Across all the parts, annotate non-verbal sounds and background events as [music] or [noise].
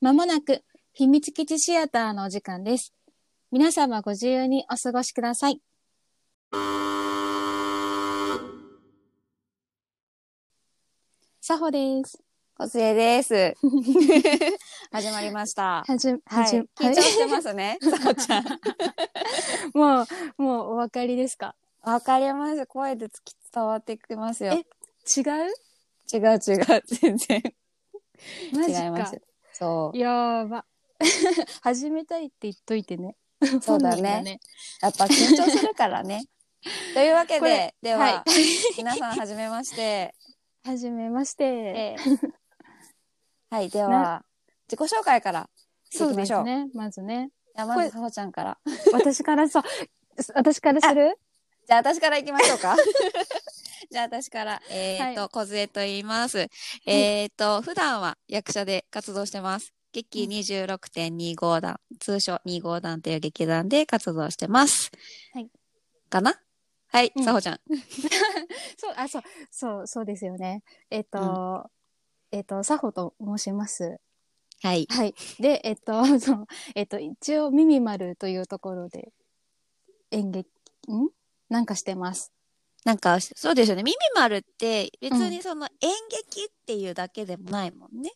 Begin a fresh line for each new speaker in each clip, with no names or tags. まもなく秘密基地シアターのお時間です。皆様ご自由にお過ごしください。さほです。
こつえ [laughs] です。始まりました。
はじ、
はい。
はじ、
緊張してます [laughs] ね。さこちゃん。
[laughs] もう、もうお分かりですか
わかります。声で突き伝わってきますよ。
違う
違う違う。全然
マ
違
ジか。
いますよ。そう。
やーば。 [laughs] 始めたいって言っといて [laughs] ね。
そう
本
だね
人が。
やっぱ緊張するからね。 [laughs] というわけ
これ
で、では、
は
皆さんはじめまして。
はじめまして。
[laughs] えーはい、では、自己紹介からしてい
そう
きま
で
しょ
す
う。
ね。まずね。
じゃあまず、さほちゃんから。
私からそう。私からする
じゃあ私から行きましょう [laughs] か。じゃあ私から、えーっ、
は
と、小杖と言います。えーっ、と、普段は役者で活動してます。劇26.25団、通称2号団という劇団で活動してます。
はい。
かなはい、
うん
さほちゃん。
そう、あ、そう、そう、そうですよね。えっ、と、えっ、と、さほと申します。
はい。
はい。で、えっ、と、 [laughs] そう、えっ、と、一応、ミミマルというところで、演劇、んなんかしてます。
なんか、そうですよね。ミミマルって、別にその演劇っていうだけでもないもんね。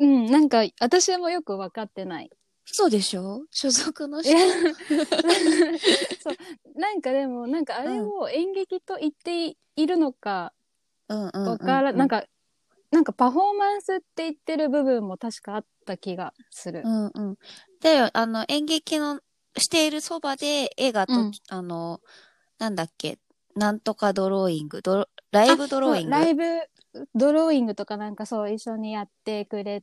うん、なんか、私もよくわかって
[laughs]
ない。
そうでしょ所属の
い
人
やそう、なんかでも、なんかあれを演劇と言っていいるのか、
うんうん
わから、なんか、なんかパフォーマンスって言ってる部分も確かあった気がする
う。んうん。で、あの、演劇の、しているそばで、絵がと、
うん
あの、なんだっけ、なんとかドローイング、ドロライブドローイング。
ライブドローイングとかなんかそう一緒にやってくれ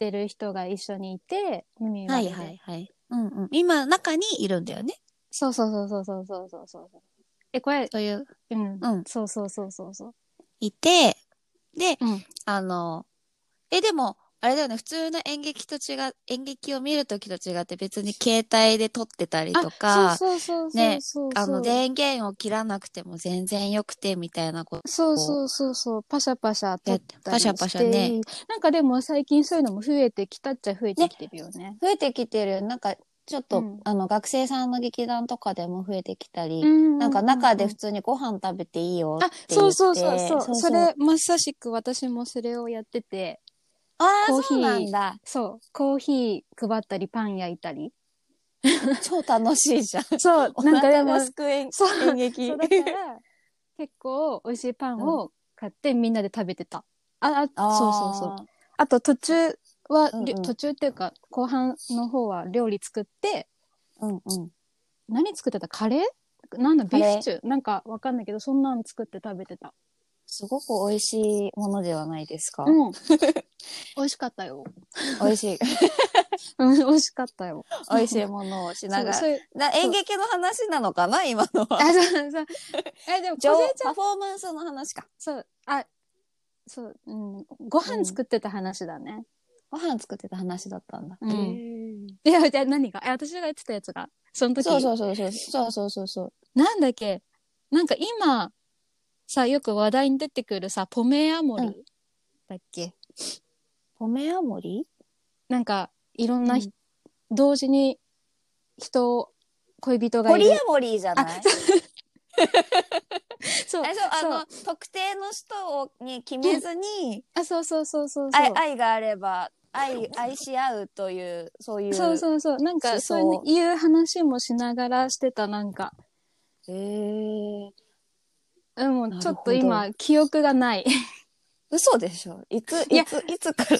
てる人が一緒にいて、耳
は
まで
い
で
はいはい。うんうん。今、中にいるんだよね。
そうそうそうそうそうそうそうそう。え、これ、
そういう、
うん、
うん
そうそうそうそうそう。
いて、で、
うん
あの、え、でも、あれだよね、普通の演劇と違う、演劇を見るときと違って別に携帯で撮ってたりとか、あ
そうそうそうそう
ね
そうそう。
の、電源を切らなくても全然よくて、みたいなこと。
そうそうそうそう、パシャパシャ撮ったり
パ
して
シャパシャね。
なんかでも最近そういうのも増えてきたっちゃ増えてきてるよね。
増えてきてる、なんか、ちょっと、
うん
あの、学生さんの劇団とかでも増えてきたり、
う
なんか中で普
通
通にご飯食べていいよ
あ
って、言って
そうそうそうそう。
そ
そうれ、まさしく私もそれをやってて。
あ
コー
あ、
ヒー
そうなんだ。
そう。コーヒー配ったり、パン焼いたり。
超楽しいじゃん。
そう
お
なんかで
腹
も、
が
そ
すく演
そう
演劇。
うだから、結構美味しいパンを買ってみんなで食べてた。あ、あそうそうそう。
う。
あと途中は、
うんうん
りょ途中っていうか、後半の方は料理作って、
うんうん。
何作ってたカレーなんだ、
カ
ビ
レー
ーフシチューなんかわかんないけど、そんなん作って食べてた。
すごく美味しいものではないですか。
うん。 [laughs] 美味しかったよ。
美味しい、 [laughs]
うん、美味しかったよ。
美味しいものをしなが
そう
ら。
[laughs] そういう
な演劇の話なのかな今のは。
あ、そうそう。え、でも、小
上
銭ちゃん
パフォーマンスの話か。
そう、あ、そう、うん、ご飯作ってた話だね。
ご飯作ってた話だったんだ。
うんいや、じゃあ何がえ、私が言ってたやつが、その時、
そうそうそうそう。そうそうそうそう。
なんだっけなんか今、さ、よく話題に出てくるさ、ポメアモリ、
うん
だっけ
ポメアモリ
なんか、いろんなひ、
う
同時に人を、恋人が
ポ
いる。
リアモリーじゃない
そう、
あそう
そう
あの特定の人をに決めずに、
あ、そうそうそうそうそう。
愛愛があれば愛愛し合うというそういう
そうそうそう。なんか、
そ
そうういう話もしながらしてた、なんか。
へえ
うん、も
な
う
る
ちょっ
ほ
と
ど
今、記憶が
[laughs]
ない。
嘘でしょいつ
いや
いついつから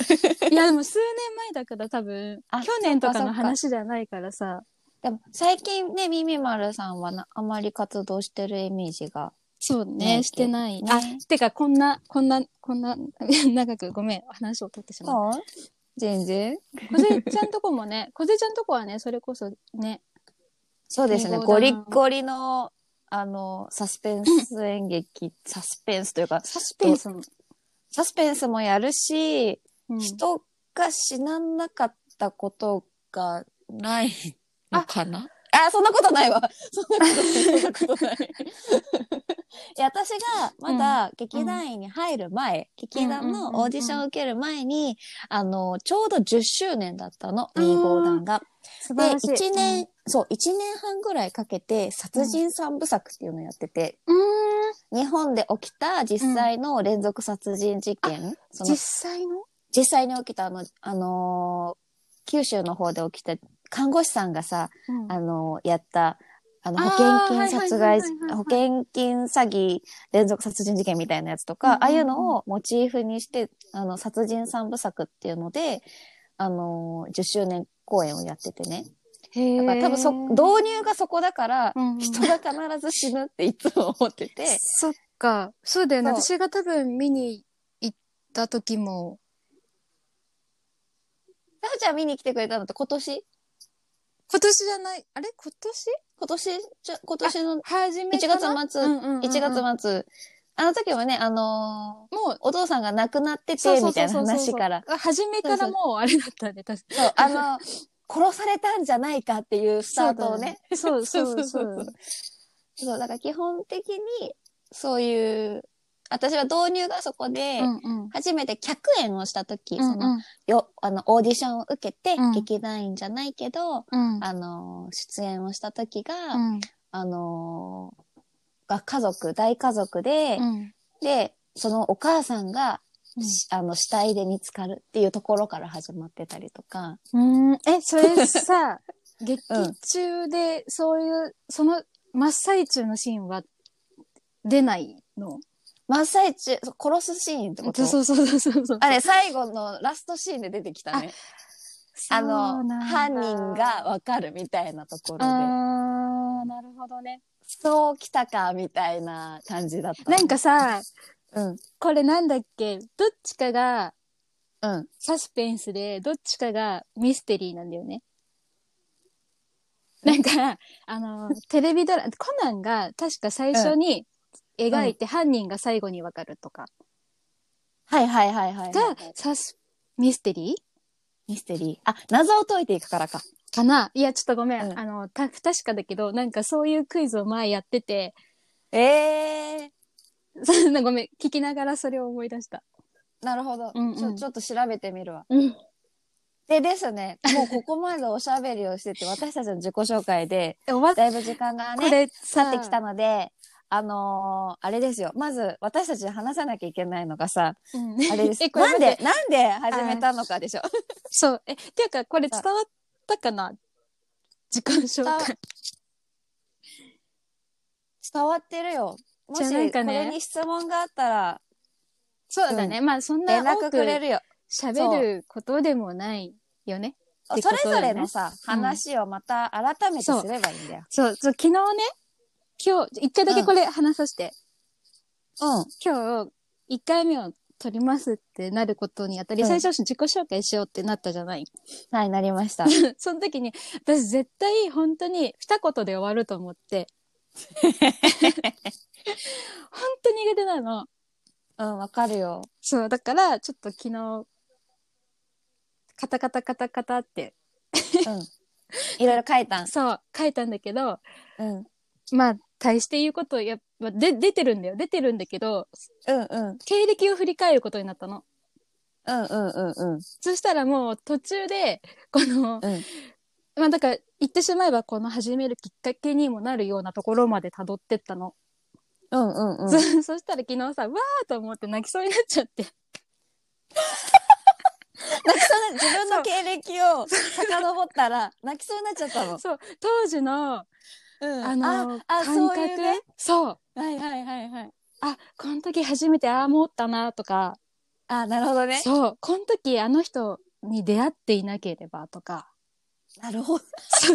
いや、でも数年前だから多分、
あ
去年とか
そっ
の
か
話じゃないからさ。
でも最近ねミミマルさんはなあまり活動してるイメージが
そう
ね
ね、してない。
ね
あ、てか、こんな、こんな、こんな、 [laughs] 長くごめん、話を取ってしまう。
そう全然
小杉ちゃんとこもね、 [laughs] 小杉ちゃんとこはね、それこそね、
そうです
そ
ね
うだな
ゴリッゴリのあのサスペンス演劇サスペンスというか
サスペンスも、
サスペンスもやるし
うん
人が死ななかったことがないのかなあそんなことないわ。そんなことない。そんなことない。 [laughs] いや私がまだ劇団員に入る前、劇団
うんうんうんうん
のオーディションを受ける前に、あの、ちょうど10周年だったの、2号団が。
素
で、
晴らしい。
1年、そう、一年半ぐらいかけて、殺人三部作っていうのをやってて、
うん。うーん
日本で起きた実際の連続殺人事件、その
実際の
実際に起きたあの、あのー九州の方で起きた看護師さんがさ、
うん
あのーやった、あの、
あー
保険金殺害
はいはいはいはいはい、
保険金詐欺連続殺人事件みたいなやつと
うん
か、
うんうん
ああいうのをモチーフにして、あの、殺人三部作っていうので、あのー10周年公演をやっててね。
へ
だ
ー
から多分そ、導入がそこだから、
うんうん
人が必ず死ぬっていつも思ってて、
そっか。そうだよね。
そう
私が多分見に行った時も、
タフちゃん見に来てくれたのって今年
今年じゃない、あれ今年
今年じゃ、今年の
初めかな
1月末、
うんうんうんうん
1月末。あの時はね、あのー
もう、
お父さんが亡くなって
そう
て、
そう
みた
そう
いな
そう
話から。。
初めからもうあれだったね、確か
そう、あのー、殺されたんじゃないかっていうスタートをね。
に。そうそうそ
そうう。そう、だから基本的に、そういう、私は導入がそこで、
うんうん
初めて100円をした時、
うん
その、
うん
よ、あの、オーディションを受けて、
うん
劇団員じゃないけど、
うん
あのー、出演をした時が、
うん
あのー、が家族、大家族で、
うん
で、そのお母さんが、
うん
しあの、死体で見つかるっていうところから始まってたりとか。
うんえ、それ [laughs] さ、劇中でそういう、その真っ最中のシーンは出ないの
真っ最中、そう殺すシーンってこと
そうそうそうそうそう。
あれ、最後のラストシーンで出てきたね。あ
そうな
の
んだ、
犯人がわかるみたいなところで。
あーなるほどね。
そう来たか、みたいな感じだった。
なん、かさ、
うん、
これなんだっけどっちかが
うん。
サスペンスで、どっちかがミステリーなんだよね。なんか、あの、 [laughs] テレビドラ、コナンが確か最初に描いて犯人が最後にわかるとか、
はいはいはいはい。
がサス、ミステリ
ミステリー。あ、謎を解いていくからか。
ーかないや、ちょっとごめん。
うん
あの、た、不確かだけど、なんかそういうクイズを前やってて、 [laughs]
ええ
そんなごめん。聞きながらそれを思い出した。
ー。なるほど、
うんうん
ちょ。ちょっと調べてみるわ。
うん。
でですね、もうここまでおしゃべりを [laughs] してて、私たちの自己紹介で、
おば、
だいぶ時間が
こ
ね、
れ
経
さ、
ってきたので、あのーあれですよ。まず、私たちで話さなきゃいけないのが [laughs] さ、
うん
あれで
[laughs]
す。
え、これなんん
な
で
で、なんで始めたのかでしょ。
そう。え、っていうか、これ伝わったかな時間紹
伝わ
介。
伝わってるよ。も
じゃ
し、
あなんか
こ
ね
れに質問があったら、
そうだね。まあ、そんな
連
多く
絡くれるよ。
喋ることでもないよね。
そ
ってこと
れ
よね
ぞれのさ、話をまた改めてす
そう
ればいいんだよ。
そう、そう昨日ね、今日、一回だけこれ話させて、
うん。
今日、一回目を撮りますってなることにあたり、
うん
最初自己紹介しようってなったじゃない。 [laughs]
はい、なりました。
その時に、私絶対本当に二言で終わると思って、本当に苦手なの。
[laughs] うん、わかる [laughs] よ。
そう、だから、ちょっと昨日、カタカタカタカタって、
いろいろ書いたん。
そう、書いたんだけど、
うん。うん、
まあ、大して言うこと、やっぱ、で、出てるんだよ。出てるんだけど、
うん。
経歴を振り返ることになったの。
うんうんうんうん。
そしたらもう途中で、この、
うん
まあだから言ってしまえばこの始めるきっかけにもなるようなところまで辿ってったの。
うんうんうん。
そそしたら昨日さ、わーと思って泣きそうになっちゃって。 [laughs]
泣きそうな、自分の経歴を遡ったら、泣きそうになっちゃったの。
そう、当時の、
うん
あの、
あ、あ
感
そ
覚
ういうね。
そう。
はいはいはいはい。
あ、この時初めてああ思ったなとか、
あ、なるほどね。
そう、この時あの人に出会っていなければと
[laughs]
か。
なるほど。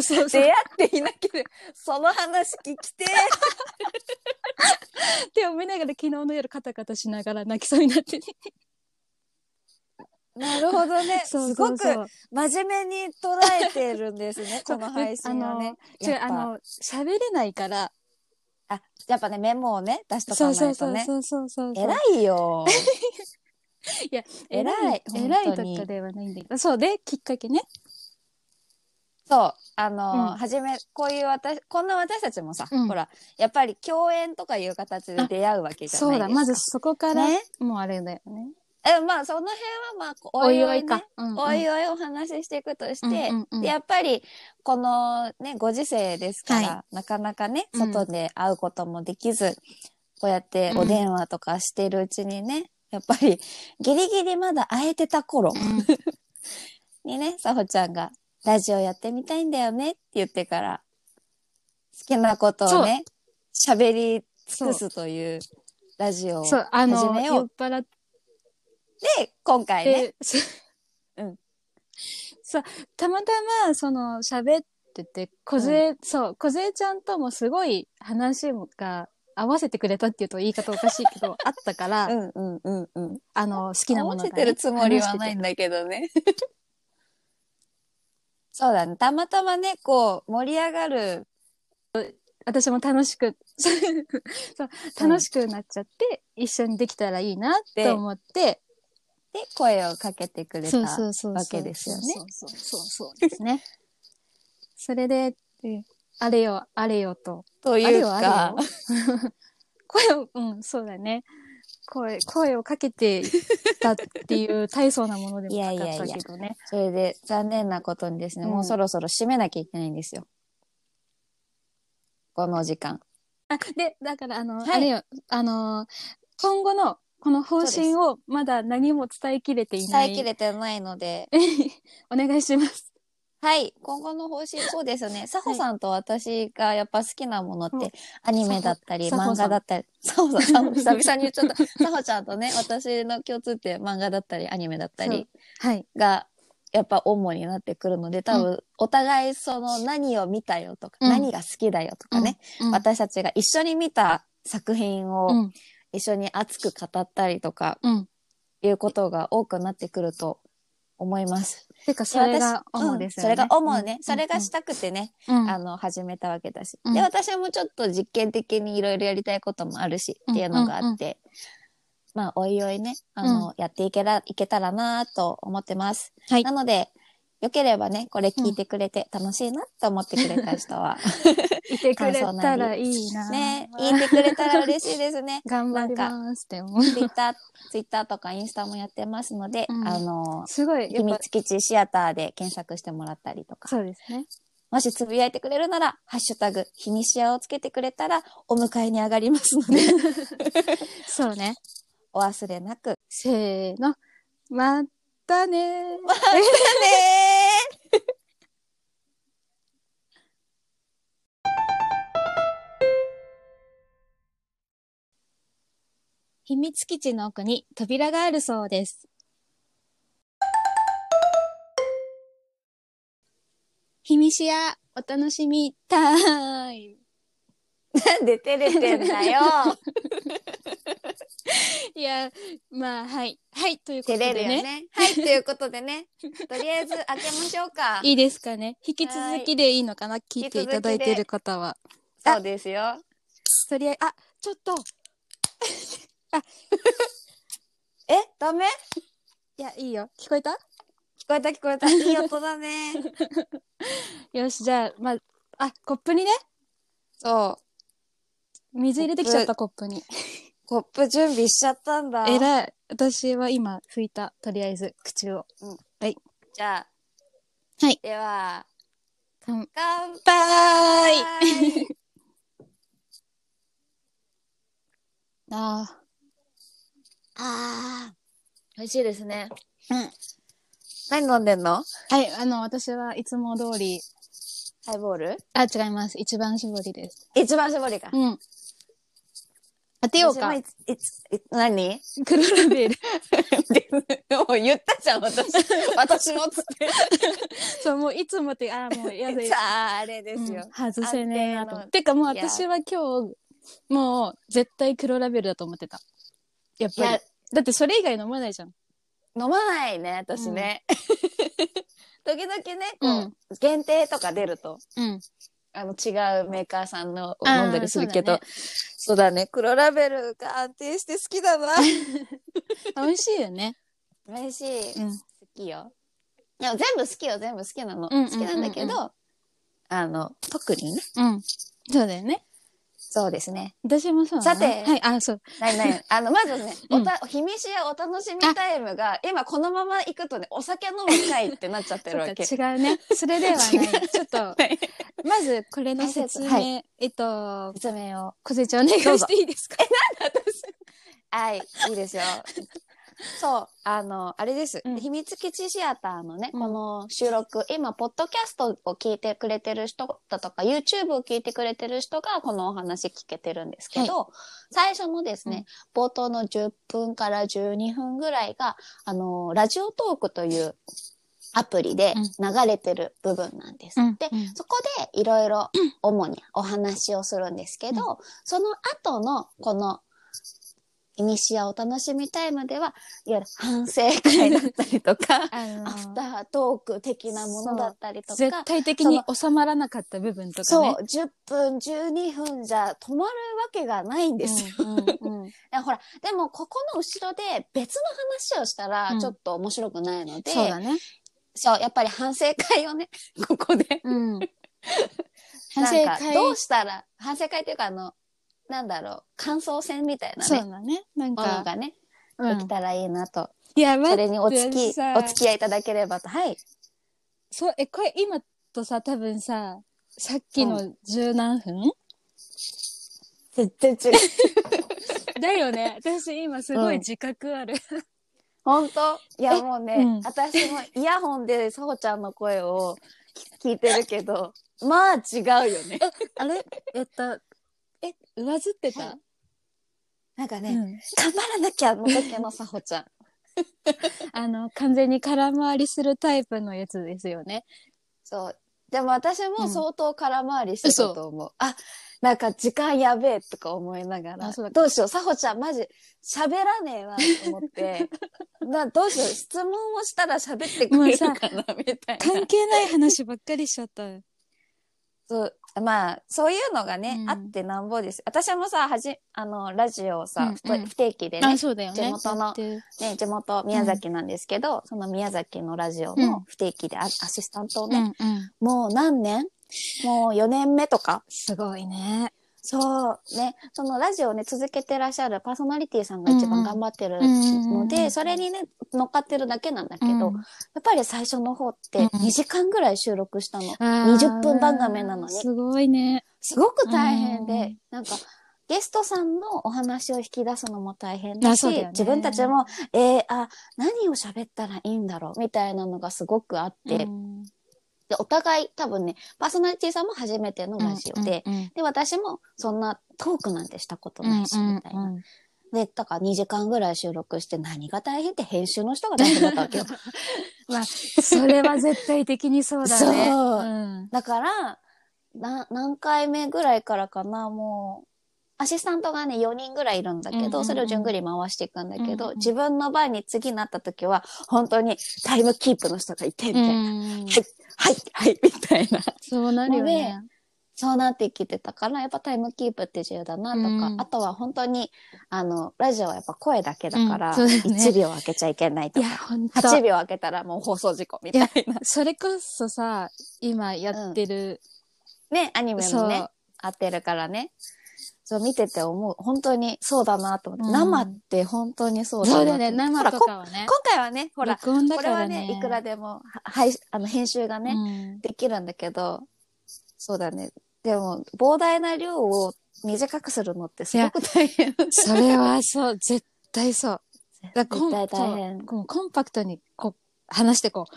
そうそう
出会っていなければ、その話聞きて
って思いながら昨日の夜カタカタしながら泣きそうになってね。
ー。 [laughs] なるほどね。
そうそうそう
すごく真面目に捉えてるんです [laughs] ね、この配信はね。
違う、
やっ
あ
ぱ
の、喋れないから。
あ、やっぱね、メモをね、出しとか
そ
な
う
いとね。
そうそうそうそうそう。い。
偉い
[laughs]
よ。偉
偉い。
い本当
偉い
に
とかではないんだけど。そうで、きっかけね。
そう、あの、
うん
はじめ、こういう私、こんな私たちもさ、
うん
ほら、やっぱり共演とかいう形で出会うわけじゃないですか。
そうだ、まずそこから、
ね
もうあれだよね。
え、まあ、その辺は、まあ、お
お
い
い
お
お
い
い
か。
か。うんうん
おいおいお話ししていくとして、
うんうんうん
でやっぱり、このね、ご時世ですから、
は
なかなかね、
うん
外で会うこともできず、こうやってお電話とかしてるうちにね、やっぱり、ギリギリまだ会えてた頃にね、さほちゃんが、ラジオやってみたいんだよねって言ってから、好きなことをね、喋り [laughs] 尽くすというラジオを。
そう、あの、
始めよう
酔っ払っ
で、今回ね、
て、 [laughs] そう
うん
そう、たまたま、その、喋ってて、小杖、そう、小杖ちゃんともすごい話が合わせてくれたっていうと言い方おかしいけど、あったから、
うんうんうんうん。好
あの、好きなものが、ね。
てるつもりはないんだけどね。そうだね。たまたまね、こう、盛り上がる。
私も楽しく、 [laughs] そう
うん
楽しくなっちゃって、一緒にできたらいいなと思って、
で、声をかけてくれた。
そうそうそうそう。
わけですよね
そうそうそうそうです [laughs] ね。それで、あれよ、あれよと。
と
あれ
いう
よ、あ
か、
れよ。声を、うん、そうだね。声、声をかけてたっていう大層なものでもなかったけどね。
それで残念なことにですね、
うん
もうそろそろ締めなきゃいけないんですよ。この時間。
で、だから、あの、
はい
あれよ、あの、今後のこの方針をまだ何も伝えきれていな
伝
い。
えきれてないので、
[laughs] お願いします。
はい、今後の方針、そうですよね。さほさんと私がやっぱ好きなものっ
う
て
ん、
アニメだったり、
さほ
漫画だったり、さほさん、久々に言っちゃった。さほちゃんとね、私の共通点、漫画だったり、アニメだった
そ
り
うはい。
が、やっぱ主になってくるので、多分、お互いその何を見たよとか、
うん
何が好きだよとかね、
うん。
私たちが一緒に見た作品
う
を
ん。
一緒に熱く語ったりとか、
うん。
いうことが多くなってくると思います。
てか、それが主ですよね。
うんそれが主ね、
うん
それがしたくてね、
うん
あの、始めたわけだし。
うん
で、私もちょっと実験的にいろいろやりたいこともあるし、っていうのがあって、まあ、おいおいね、あの、やっていけら、いけたらなと思ってます。
はい
なので、よければね、これ聞いてくれて楽しいなと思ってくれた人は、
いてくれたらいいな。。
ね、言ってくれたら嬉しいですね
頑張りますって思う。
ツイッター、ツイッターとかインスタもやってますので、
うん
あの、
すごい、や
秘
っぱ、
密基地シアターで検索してもらったりとか、
そうですね。
もしつぶやいてくれるなら、ハッシュタグ、日にしやをつけてくれたら、お迎えに上がりますので、 [laughs]
そうね。
お忘れなく。ね
せーの。またねー。
ー
秘密基地の奥に扉があるそうです。秘密やお楽しみタイム。
なんで照れてんだ [laughs] よ。
いや、まあ、はい。はい、ということ
照
で
れ
ね。
るよね。はい、ということでね、とりあえず開けましょうか。
いいですかね。引き続きでいいのかな聞いていただいてる方は。
そうですよ。
とりあえず、あ、ちょっと、
え、ダメ
いや、いいよ。聞こえた
聞こえた聞こえた。いい音だね。
よし、じゃあ、まあ、あ、コップにね、
[laughs] そう。
水入れてきちゃった、コップに。
コップ準備しちゃったんだ。
えらい。私は今、拭いた。とりあえず、口を。
じゃあ。
はい
では、
乾
乾杯
杯あ
[laughs] ああ、美味しいですね。
うん。
何飲んでんの
ーはい、あの、私はいつも通り、
ハイボール
あ、違います。一番絞りです。
一番絞りか。
うん。当てようか
私も。いついつい
[laughs]
何
黒ラベル。
もう言ったじゃん、私。 [laughs] 私もっつって。
そう、もういつもって、あー、もうやだや
さあ、あれですよ。
うん外せねえなと思
安定の
って。てかもう
いや
私は今日、もう絶対黒ラベルだと思ってた。やっ
い
ぱ
や
り。だってそれ以外飲まないじゃん。
飲まないね、私ね。 [laughs] 時々ね、こう、
うん
限定とか出ると、
うん。
あの、違うメーカーさんのを
あー
飲んだりするけど、
そうだ
そうだね、黒ラベルが安定して好きだな。 [laughs]
美味しいよね。
嬉しい。
う
好
ん。
きよ。でも全部好きよ、全部好きなの。
うんうんうんうん
好きなんだけど、あの、特にね。
うん。そうだよね。
そうですね。
私もそうだな
さて
はい、あ、そう。
ないない。あの、まずね、
[laughs] うん
おた、日めしやお楽しみタイムが、今このまま行くとね、お酒飲む会ってなっちゃって
そ
るわ
うか
け。
違うね。それでは
[laughs] 違
ない。ちょっと、
はい
まずこれの説明、
は
えっと、
説明を。
小瀬ちゃんお願い
どう
し
ぞ
ていいですか
はい、い
[laughs]
いですよ。そう、あの、あれです。
うん
秘密基地シアターのね、
うん
この収録、今、ポッドキャストを聞いてくれてる人だとか、YouTube を聞いてくれてる人が、このお話聞けてるんですけど、最初のですね、冒頭の10分から12分ぐらいが、あの、ラジオトークというアプリで流れてる部分なんですって。
うんうん、
そこでいろいろ主にお話をするんですけど、その後のこのイニシアお楽しみタイムでは、いわゆる反省会だったりと
[laughs]
か
あの
アフタートーク的なものだったりと
絶
か、
対的に収まらなかった部分とか
そう、
ね。
10分、12分じゃ止まるわけがないん [laughs] ですよ。
うんうんうん
だからほら、でもここの後ろで別の話をした
う
ら
ん
ちょっと面白くないので、
そうだね。
そう、やっぱり反省会をね、ここで。
うん。反
反
省
省
会
会。どうしたら、反省会っていうか、あの、なんだろう、感想戦みたいな
そう
ね、
だね。なん
もの
か、
がね、
う
でき
ん、
たらいいなと。
いや、ま
それにお付
で
き、
さ
お付き合いいただければと。はい。
そう、え、これ今とさ、多分さ、さっきの十何分、
[laughs] 全然違う。
だよね。私今すごい自覚ある。
[laughs] 本当
え
いや、もうね、
うん
私もイヤホンで、さほちゃんの声を聞いてるけど、まあ違うよね。
あれえっと、 [laughs] え、上ずってた、
なんかね、
うん、
頑張らなきゃの時のさほちゃん。
あの、完全に空回りするタイプのやつですよね。
そう。でも私
うん
も相当空回りしてたと思う。あ、なんか時間やべえとか思いなが
あ
ら。
そうだ
どうしよう、さほちゃんマジ喋らねえなと
[laughs]
思って。などうしよう、質問をしたら喋ってくれるかなみたいな
関。係ない話ばっかりしちゃった。
[laughs] そうまあ、そういうのがね、
うん
あってなんぼです。私もさ、はじ、あの、ラジオをさ、
うんうん
不定期でね
あ、、そうだよね。
地元の
だって
ね、地元宮崎なんですけど、その宮崎のラジオも不定期でア,、アシスタントを
う
ね、
んうん。
もう何年もう4年目とか
すごいね。
そうね、そのラジオをね、続けてらっしゃるパーソナリティさんが一
うんう
番
ん
頑張ってる
の
ので、それにね、乗っかってるだけなんだけど、や
うん
っぱり最初の方って
うん
2時間ぐらい収録したの。
あー
20分番組なのに
すごいね。
すごく大変
う
で
ん、
なんか、ゲストさんのお話を引き出すのも大変だ
あ
し、
そうだよね
自分たちも、えー、あ、何を喋ったらいいんだろうみたいなのがすごくあって、
うん
で、お互い多分ね、パーソナリティさんも初めてのラジオで、、
うんうんうん
で、私もそんなトークなんてしたことないし、みたいな。
うんうんうん
で、だから2時間ぐらい収録して何が大変って編集の人が大変だった
[laughs]
わけよ。
まあ、それは絶対的にそうだね。
そう
うん
だから、な、何回目ぐらいからかな、もう、アシスタントがね、4人ぐらいいるんだけど、
うんうんうん
それを順繰り回していくんだけど、
うんうん
自分の番に次なった時は、本当にタイムキープの人がいて、みたいな。
うん
はい、はい、みたいな。
そうなるよね
も。そうなってきてたから、やっぱタイムキープって重要だなとか、
うん
あとは本当に、あの、ラジオはやっぱ声だけだから、
うんそうだよね
1秒開けちゃいけない
い
と
や、
か、
ほんと。
8秒開けたらもう放送事故みたいな。
それこそさ、今やってる、
ね、アニメ
そ
も
う、
ね、合ってるからね。そう見てて思う。本当にそうだなと思っ
うん
て。生って本当にそうだな
そ
と
うだよ
思って。
ね、
ほ
生
ら
と
こ
かはね。
今回はね、ほら、
録音だ
これ
か
は
ら
ね
ね。、
いくらでも、は配信あの、編集がね、
ね。
できるんだけど、そうだね。でも、膨大な量を短くするのってすごく大変。
それはそう、絶対そう。だからコン
絶対大変
そうコンパクトにこう話してこう。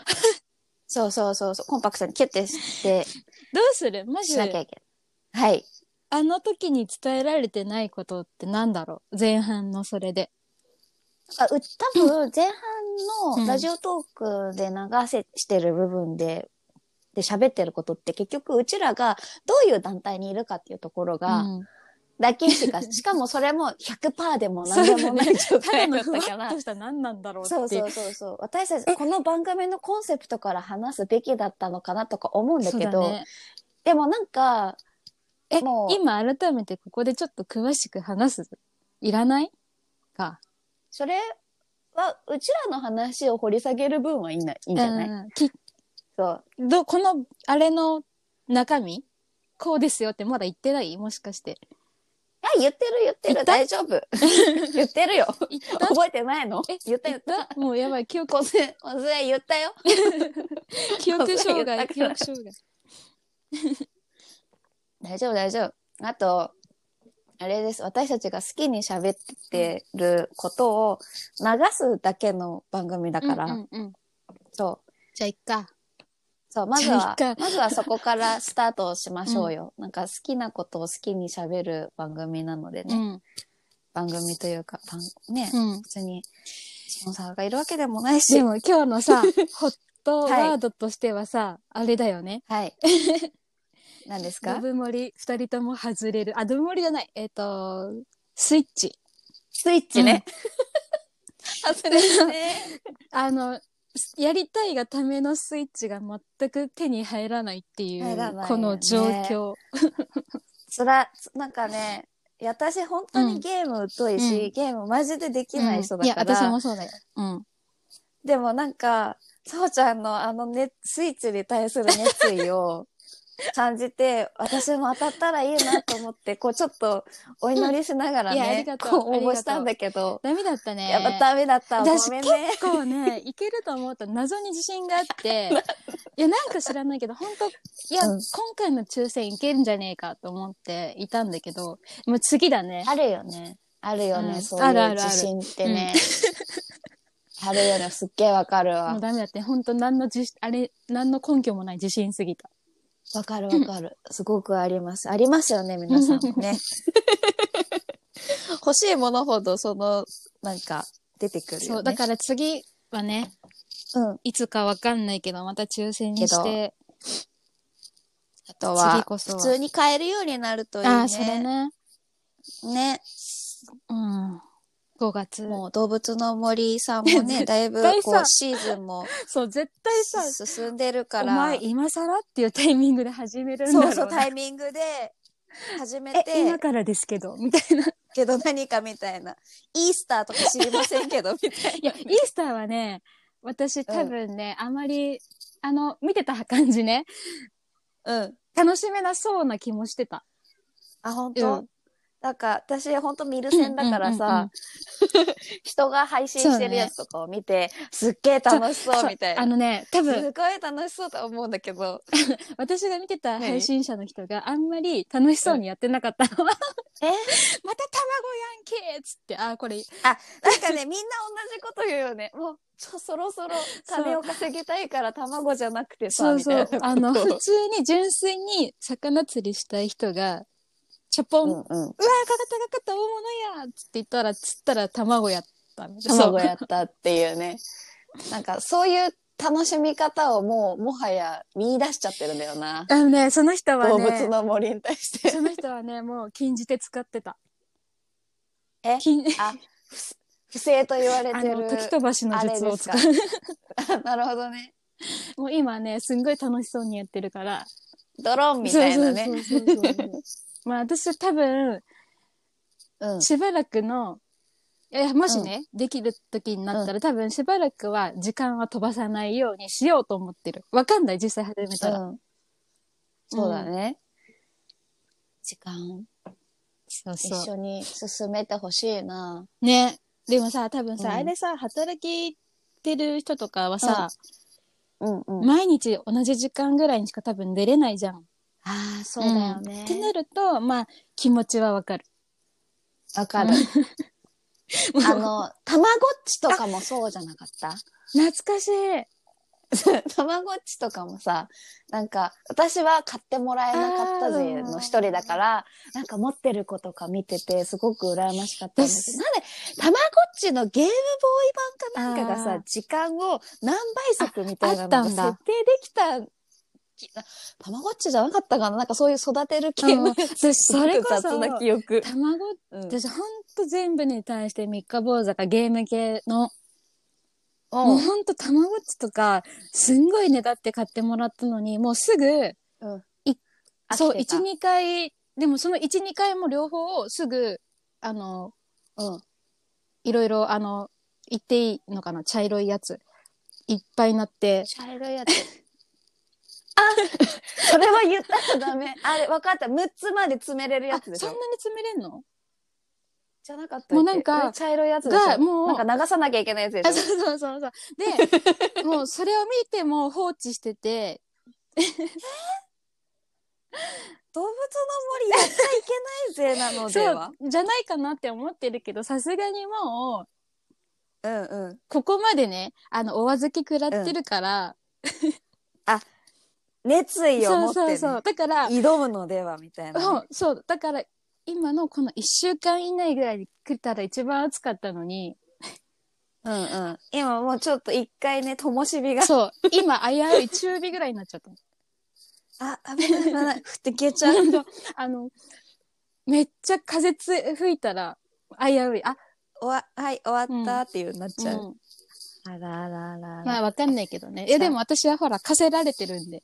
そうそうそうそう。コンパクトにキュッてして、
どうするもし
しなきゃいけない。はい。
あの時に伝えられてないことってなんだろう前半のそれで。
あう多分前半
うん
のラジオトークで流せしてる部分で、で喋ってることって結局うちらがどういう団体にいるかっていうところが、
うん
だけ
[laughs]
しか、しかもそれも100%でも何でもない状
ただ
態だ
の
っ
ふわ
たか
っ
ら
と。した何なんだろうってい。
そううそうそうそう。私たち、この番組のコンセプトから話すべきだったのかなとか思うんだけ
そう
ど、
ね
でもなんか、
え、
もう
今改めてここでちょっと詳しく話す。いらないか。
それは、うちらの話を掘り下げる分はいいな、いいんじゃない、
うんき
そう。
ど、この、あれの中身こうですよってまだ言ってないもしかして。
あ、言ってる言って
言
る、
った
大丈
[laughs]
夫。言ってるよ。
言っ
[laughs]
[laughs]
覚えてないの
え
言った言った。
たもうやばい、記憶、[laughs]
こせ、こせ言ったよ。
記憶障害、記
言っ
憶
た
障害。
大丈夫大丈夫。あと、あれです。私たちが好きに喋ってることを流すだけの番組だから、
うんうんうん
そう。
じゃあ、いっか。
そう、まずは
じゃあいい、か
まずはそこからスタートをしましょうよ。なんか好きなことを好きに喋る番組なので
う
ね。
ん。
番組というか、番ね、
うん。
別に、スポンサーがいるわけでもないし
で。も今日の [laughs] さ、ホットワードとしてはさ、あれだよね。
[laughs] はい。何です
ド
か
ブ森二人とも外れる。あ、ドブ森じゃない。えっ、と、スイッチ。
スイッチね。 [laughs] 外れるね。
あの、やりたいがためのスイッチが全く手に入らないっていう、
入らないよね
この状況。
そら、なんかね、いや私本当にゲーム疎いし、
う
ゲームマジででき
うん
ない人だか
いや、私
ら、
もそうだよ。うん。
でもなんか、そうちゃんのあのね、スイッチに対する熱意 [laughs] を感じて、私も当たったらいいなと思って、こうちょっとお祈りしながら
いやあり
ね
が、と
こ
う
う応募したんだけど、
ダメだったね。
やっぱダメだった。ご
私
めん
結
ね。
構ね、いけると思った謎に自信があ
[laughs]
って、いや、なんか知らないけど、本当いや、
うん
今回の抽選いけるんじゃねえかと思っていたんだけど、もう次だね。
あるよね。あるよね、
うん
そうい
あるあ
う
るある
自信って [laughs] ね。あるよね、すっげえわかる
もう
わ。
ダメだって、本当何のじ、あれ、何の根拠もない自信すぎた。
わかるわかる。すごくあります。ありますよね、皆さんもね。欲しいものほど、その、なんか、出てくるよね。
そう、だから次はね、
ら、うん。あ
いつかわかんないけど、また抽選にし
け
て、
と
次
は、
こそ
普
は
通に買えるようになるといいね。
ああ、それね。
ね。
うん。5月。
もう、動物の森さんもね、だいぶ、
対さ
こう、シーズンも
そう、絶対さ、
進んでるか
お
ら。
前今更っていうタイミングで始めるんだろう
そう
な
そう、タイミングで、始めて。
え、今からですけど、みたいな。
けど何かみたいな。イースターとか知りませんけど、みたいな。
[laughs] いや、イースターはね、私多分ね、あまり、あの、見てた感じね、
うん。
楽しめなそうな気もしてた。
あ、本
う
当
ん
なんか、私、本当見る線だから
うんうんうんう
さ
ん、
人が配信してるやつとかを見て、すっげえ楽しそうみたい
あ
な。
のね、多
す
分、
ごい楽しそうと思うん
[laughs]
だけど。
私が見てた
何
配信者の人があんまり楽しそうにやってなか [laughs] ったの。
え
また卵やんけっつって、あー、これ、
なんかね、みんな同じこと言うよね。もう、ちょ、そろそろ金を稼ぎたいから卵じゃなくてさ、
そう
み
そ
た
う
いなこ、と。
あの、普通に純粋に魚釣りしたい人が、ちょぽん、うわー、か
うんうん。
かったかかった大物やっつって言ったら、釣ったら卵やったみたいな。
卵やったっていうね。なんか、そういう楽しみ方をもう、もはや見出しちゃってるんだよな。
あのね、その人はね、
動物の森に対して。
その人はね、もう禁じ手使ってた。
え
禁
あ、不正不正と言われ
あ
てる。
の、時飛ばしの
あれ
術を
です
使
か
う。
あなるほどね。
[laughs] もう今ね、すんごい楽しそうにやってるから。
ドローンみたいなね。
そうそうそうそうまあ私多分、
うん。
しばらくの、いや、もしね、できる時になったら、多分しばらくは時間は飛ばさないようにしようと思ってる。わかんない、実際始めたら。
うんそうだね。時間、
そう
一
そ
緒に進めてほしいな。
う。ね。でもさ、多分さ、
うん
あれさ、働きてる人とかはさ、
うんうん。
毎日同じ時間ぐらいにしか多分出れないじゃん。
ああ、そうだよね
っ。てなると、まあ、気持ちはわかる。
わかる。あ [laughs] の、たまごっちとかもそうじゃなかった
[laughs] 懐かしい。
[laughs] たまごっちとかもさ、なんか、私は買ってもらえなかったぜの一人だから、なんか持ってる子とか見てて、すごく羨ましかったん
で
だけ
す
ど、なんで、たまごっちのゲームボーイ版かなんかが
あ
さ
ー、
時間を何倍速みたいなの
ああった
が
ん
設
だ
定できたき、たまごっちじゃなかったかななんかそういう育てる系のやつ
私、それこ
[laughs]
そ
すごく、雑な記憶。
卵、
うん
私、ほんと全部に対して三日坊主だからゲーム系の、もう
う
んほんと卵っちとか、すんごい値段って買ってもらったのに、もうすぐ、
うん
いそう、
飽きてた
1、2回、でもその1、2回も両方をすぐ、あの、
うん。
いろいろ、あの、言っていいのかな茶色いやつ。いっぱいなって。
茶色いやつ。 [laughs] あそれは言ったらダメ。あれ、分かった。6つまで詰めれる
あ、
や
そ
つ
んな
で
に
しょ
詰めれんの
じゃなかったっけ
もうなんか
え茶色いやつでし
が、
ょ
もう、
なんか流さなきゃいけないやつでしょ
あ、そうそうそうそう。
[laughs]
で、もうそれを見てもう放置してて、
動物の森やっちゃいけないぜなの
そ
では。
う、じゃないかなって思ってるけど、さすがにもう、
うんうん。
ここまでね、あの、お預け食らってるから、
熱意を
そ
持
う
って、ね
そうそう。だから、
挑むのではみたいなね、
そう、そう。だから、今のこの1週間以内ぐらいに来たら一番暑かったのに、
うんうん。今もうちょっと一回ね、灯火が。
そう、今危うい中火ぐらいになっちゃ
[laughs]
ったの。
あ、危
[laughs]
ない危ない。降って消えちゃう。
ちょっと、あの、めっちゃ風つ吹いたら危うい。あ、
おわ、はい、終わったっていうなっちゃう。
うん
あらあらあらあ
ま
ら。
あわかんないけどね。いやでも私はほら、かせられてるんで。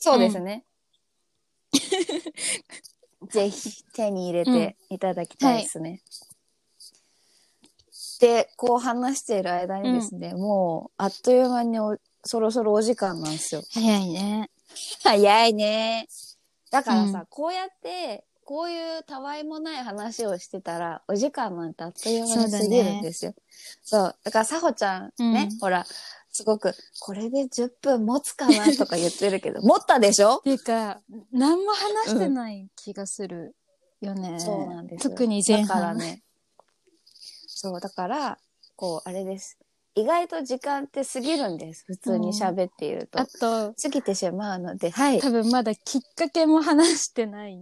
そうですね。ぜひ手に入れていただきたいですね。で、こう話している間にですね、もうあっという間におそろそろお時間なんですよ。
早いね。
早いね。だからさ、
う
こうやって、こういうたわいもない話をしてたら、お時間なんてあっという間に過ぎるんですよ。そう,、だから、さほちゃんね、
うん
ほら、すごく、これで10分持つかなとか言ってるけど、持ったでしょ
ていうか、何も話してない気がするよね。
そうなんですよ
特に前
だから
半。
ね。そう、だから、こう、あれです。意外と時間って過ぎるんです。普通に喋っていると。
あと、
過ぎてしまうので、はい。
多分まだきっかけも話してない。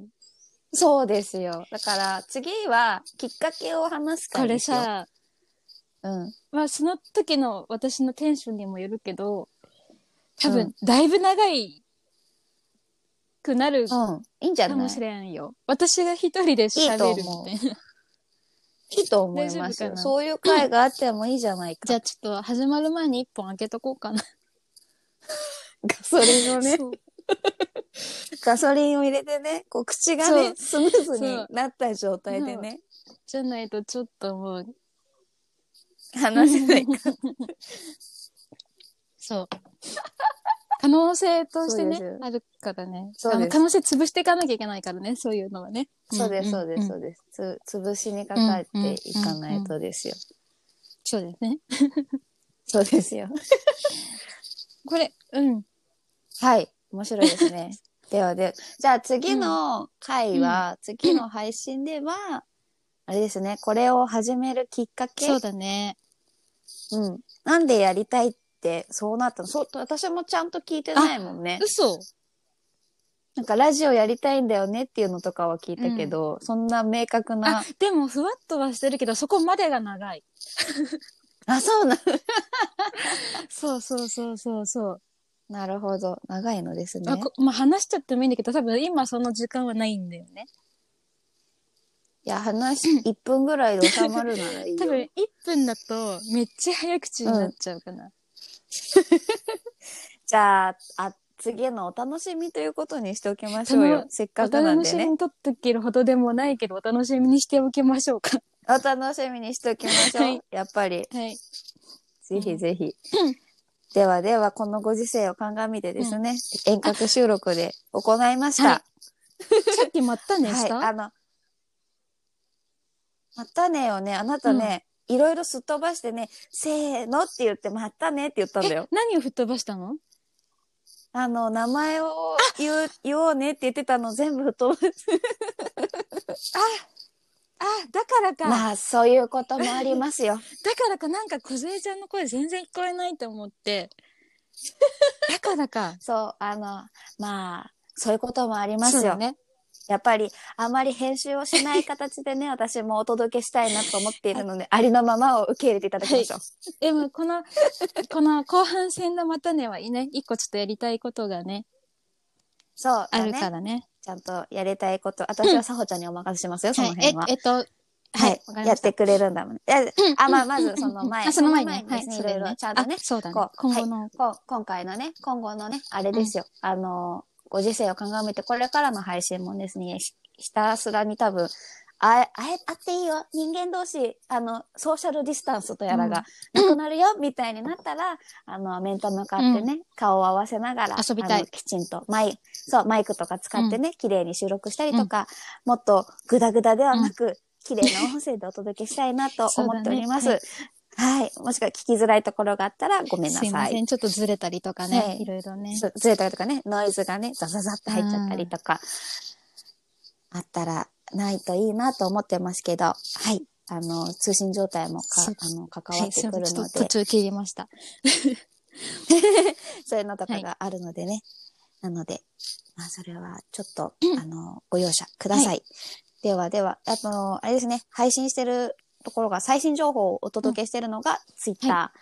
そうですよ。だから、次は、きっかけを話すか
こ
ら
れ
ですよ。
さ、
うん。
まあその時の私のテンションにもよるけど、多
う
分だいぶ長いくなるか
うん。いいんじゃな
も
い
しれんよ。私が一人で
いいと
喋るみ
思う
たいな。
いいと思います
大丈夫
よ
か。な
そういう会があってもいいじゃない
じ
か。
ゃあちょっと始まる前に一本開けとこうかな。
ガソリンをね、
[laughs] そう
ガソリンを入れてね、こう口がね、スムーズになった状態でね、
じゃないとちょっともう。
話せない。
[laughs] そう。可能性としてね
そうです、
あるからね。
そうです
あの可能性潰していかなきゃいけないからね、そういうのはね。
そうです、
ん
そうです、
ん
そ
ん
うです。つ、潰しにかかっていかないとですよ。
そうですね。
そうですよ。
これ、うん。
はい。面白いですね。ではでは、じゃあ次の回は、次の配信では、あれですね、これを始めるきっかけ
そうだね。
うん。なんでやりたいって、そうなったのそう、私もちゃんと聞いてないもんね。
嘘
なんかラジオやりたいんだよねっていうのとかは聞いたけど、そんな明確な。
あ
あ、
でもふわっとはしてるけど、そこまでが長い。
そうな。
そうそうそうそうそう。
なるほど。長いのですね
あ。こまあ話しちゃってもいいんだけど、多分今その時間はないんだよね。
いや、話、1分ぐらいで収まるならいい
[laughs]
よ。
多分1分だとめっちゃ早口になっちゃうかな。
じゃあ、あ、次のお楽しみということにしておきましょうよ。
楽
せっ
お
かくなん
楽
で
しみ
ね。
にとってきるほどでもないけど、お楽しみにしておきましょうか。
お楽しみにしておきましょう。
はい
やっぱり、
はい。
ぜひぜひ。ではでは、このご時世を鑑みてですね、遠隔収録で行いました。
はいさっきまったねした、
はい、あの、またねよね、あなたね、いろいろすっ飛ばしてね、せーのって言って、またねって言ったんだ
え
よ、。
何を吹っ飛ばしたの
あの、名前を言う、言おうねって言ってたの全部吹っ飛ばす。
あ、だからか。
まあ、そういうこともありますよ。
だからか、なんか小杉ちゃんの声全然聞こえないと思って。だからか。
そう、あの、まあ、そういうこともあります
そうだ
よ。
ね。
やっぱり、あまり編集をしない
[laughs]
形でね、私もお届けしたいなと思っているので、ありのままを受け入れていただきましょう。
[laughs] でも、この、 [laughs] この後半戦のまたねはいね、一個ちょっとやりたいことがね、
そう、
ある
だね
からね。
ちゃんとやりたいこと、私はさほちゃんにお任せしますよ、その辺は
はい。え、えっと、はい
はい、
わかりま
やっ
した。
てくれるんだもんね。いやあ、まあ、まずその前。
あ、その前ね。
に
は
で
い、
すね
そう
い
だよ
ろいろ
ね。
ちゃんとね
あ、そうだね
こう。
今後の、
こう今回のね、今後のね、あれですよ。あの、ご時世を鑑みて、これからの配信もですね、ひひたすらに多分、あえ、あえ、あっていいよ。人間同士、あの、ソーシャルディスタンスとやらがなくなるよ、みたいになったら、あの、面と向かってね、顔を合わせながら、
遊びたい
あのきちんと、マイ、そう、マイクとか使ってね、綺麗に収録したりとか、もっとグダグダではなく、綺麗な音声でお届けしたいなと思っております。
そうだ
はい、もしくは聞きづらいところがあったらごめんな
すい
さ
ま
い
せ。ん。ちょっとずれたりとかね。
はい
い、ろいろね。
そうずれたりとかね、ノイズがね、ザザザって入っちゃったりとか、あったらないといいなと思ってますけど、はい。あの、通信状態もか
そう、
あの、関
は
わっ
い、
て
すい
く
ませんちょっ
るの
と、
で
途中切りました。
[laughs] そういうのとかがあるのでね。なので、まあ、それはちょっと、あの、ご容赦ください。ではでは、あの、あれですね、配信してるところが、最新情報をお届けしてるのが、ツイッター。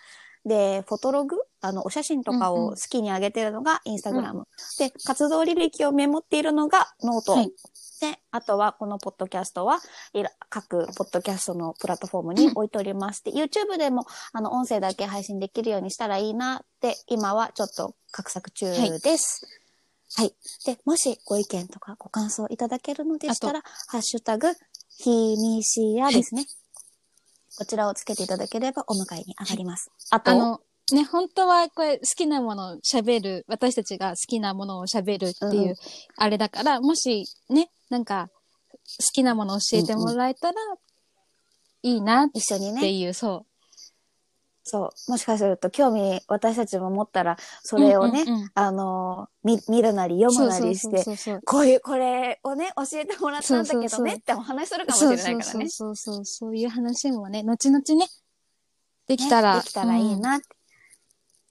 で、フォトログ、あの、お写真とか
うん
を
うん
好きに上げてるのが、インスタグラム。で、活動履歴をメモっているのが、ノート。
はい
で、あとは、このポッドキャストは、いら各ポッドキャストのプラットフォームに置いておりまして、YouTube でも、あの、音声だけ配信できるようにしたらいいなって、今はちょっと画策中です。はい。で、もしご意見とかご感想いただけるのでしたら、ハッシュタグ、ひみしやですね。こちらをつけていただければお迎えに上がります。あと、
あの、ね、本当はこれ好きなものを喋る、私たちが好きなものを喋るって
うん
いうう、あれだから、もしね、なんか、好きなものを教えてもらえたら、いいなっ
一緒にね
て、いう、そ。
そう、もしかすると興味私たちも持ったら、そうれをね、
うんうんうん
あのー、み見るなり読
そ
む
う
な
そう
り
そ
し
う
て、
そうそう。
こういう、これをね、教えてもらったんだけ
そうそ
ど
う
ね
そう
ってお話するかもし
そ
れ
う
な
そ
いうからね。
そうそう、そういう話もね、後々ね、できた
ね
ら。
できたらいい
うん。
なって。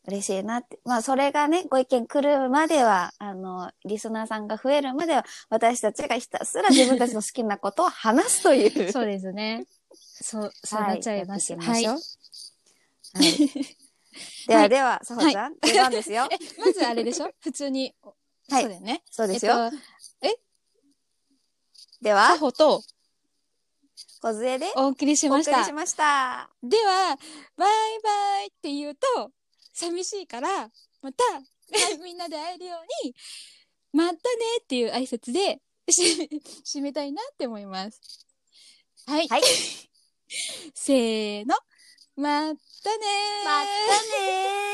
嬉しいなって。まあ、それがね、ご意見来るまでは、あの、リスナーさんが増えるまでは、私たちがひたすら自分たちの好きなことを話すとい
[laughs]
う。
そうですね。そう、そう
は
ないっちゃいます。
やっていきましょう
はい
はい。ではでは、さほちゃん、出番です
[laughs]
よ。
え、まずあれでしょ普通に。
はい
そうだよね。
そうですよ。
えっと。
で
ア
は、
ホと
小杖で
お送りし
お
まし
送
た
りし。ました。
では、バイバイって言うと、寂しいから、また、 [laughs] みんなで会えるように、またねっていう挨拶で、し [laughs] 締めたいなって思います。はい。 [laughs]
はい
せーの。またねー
またねー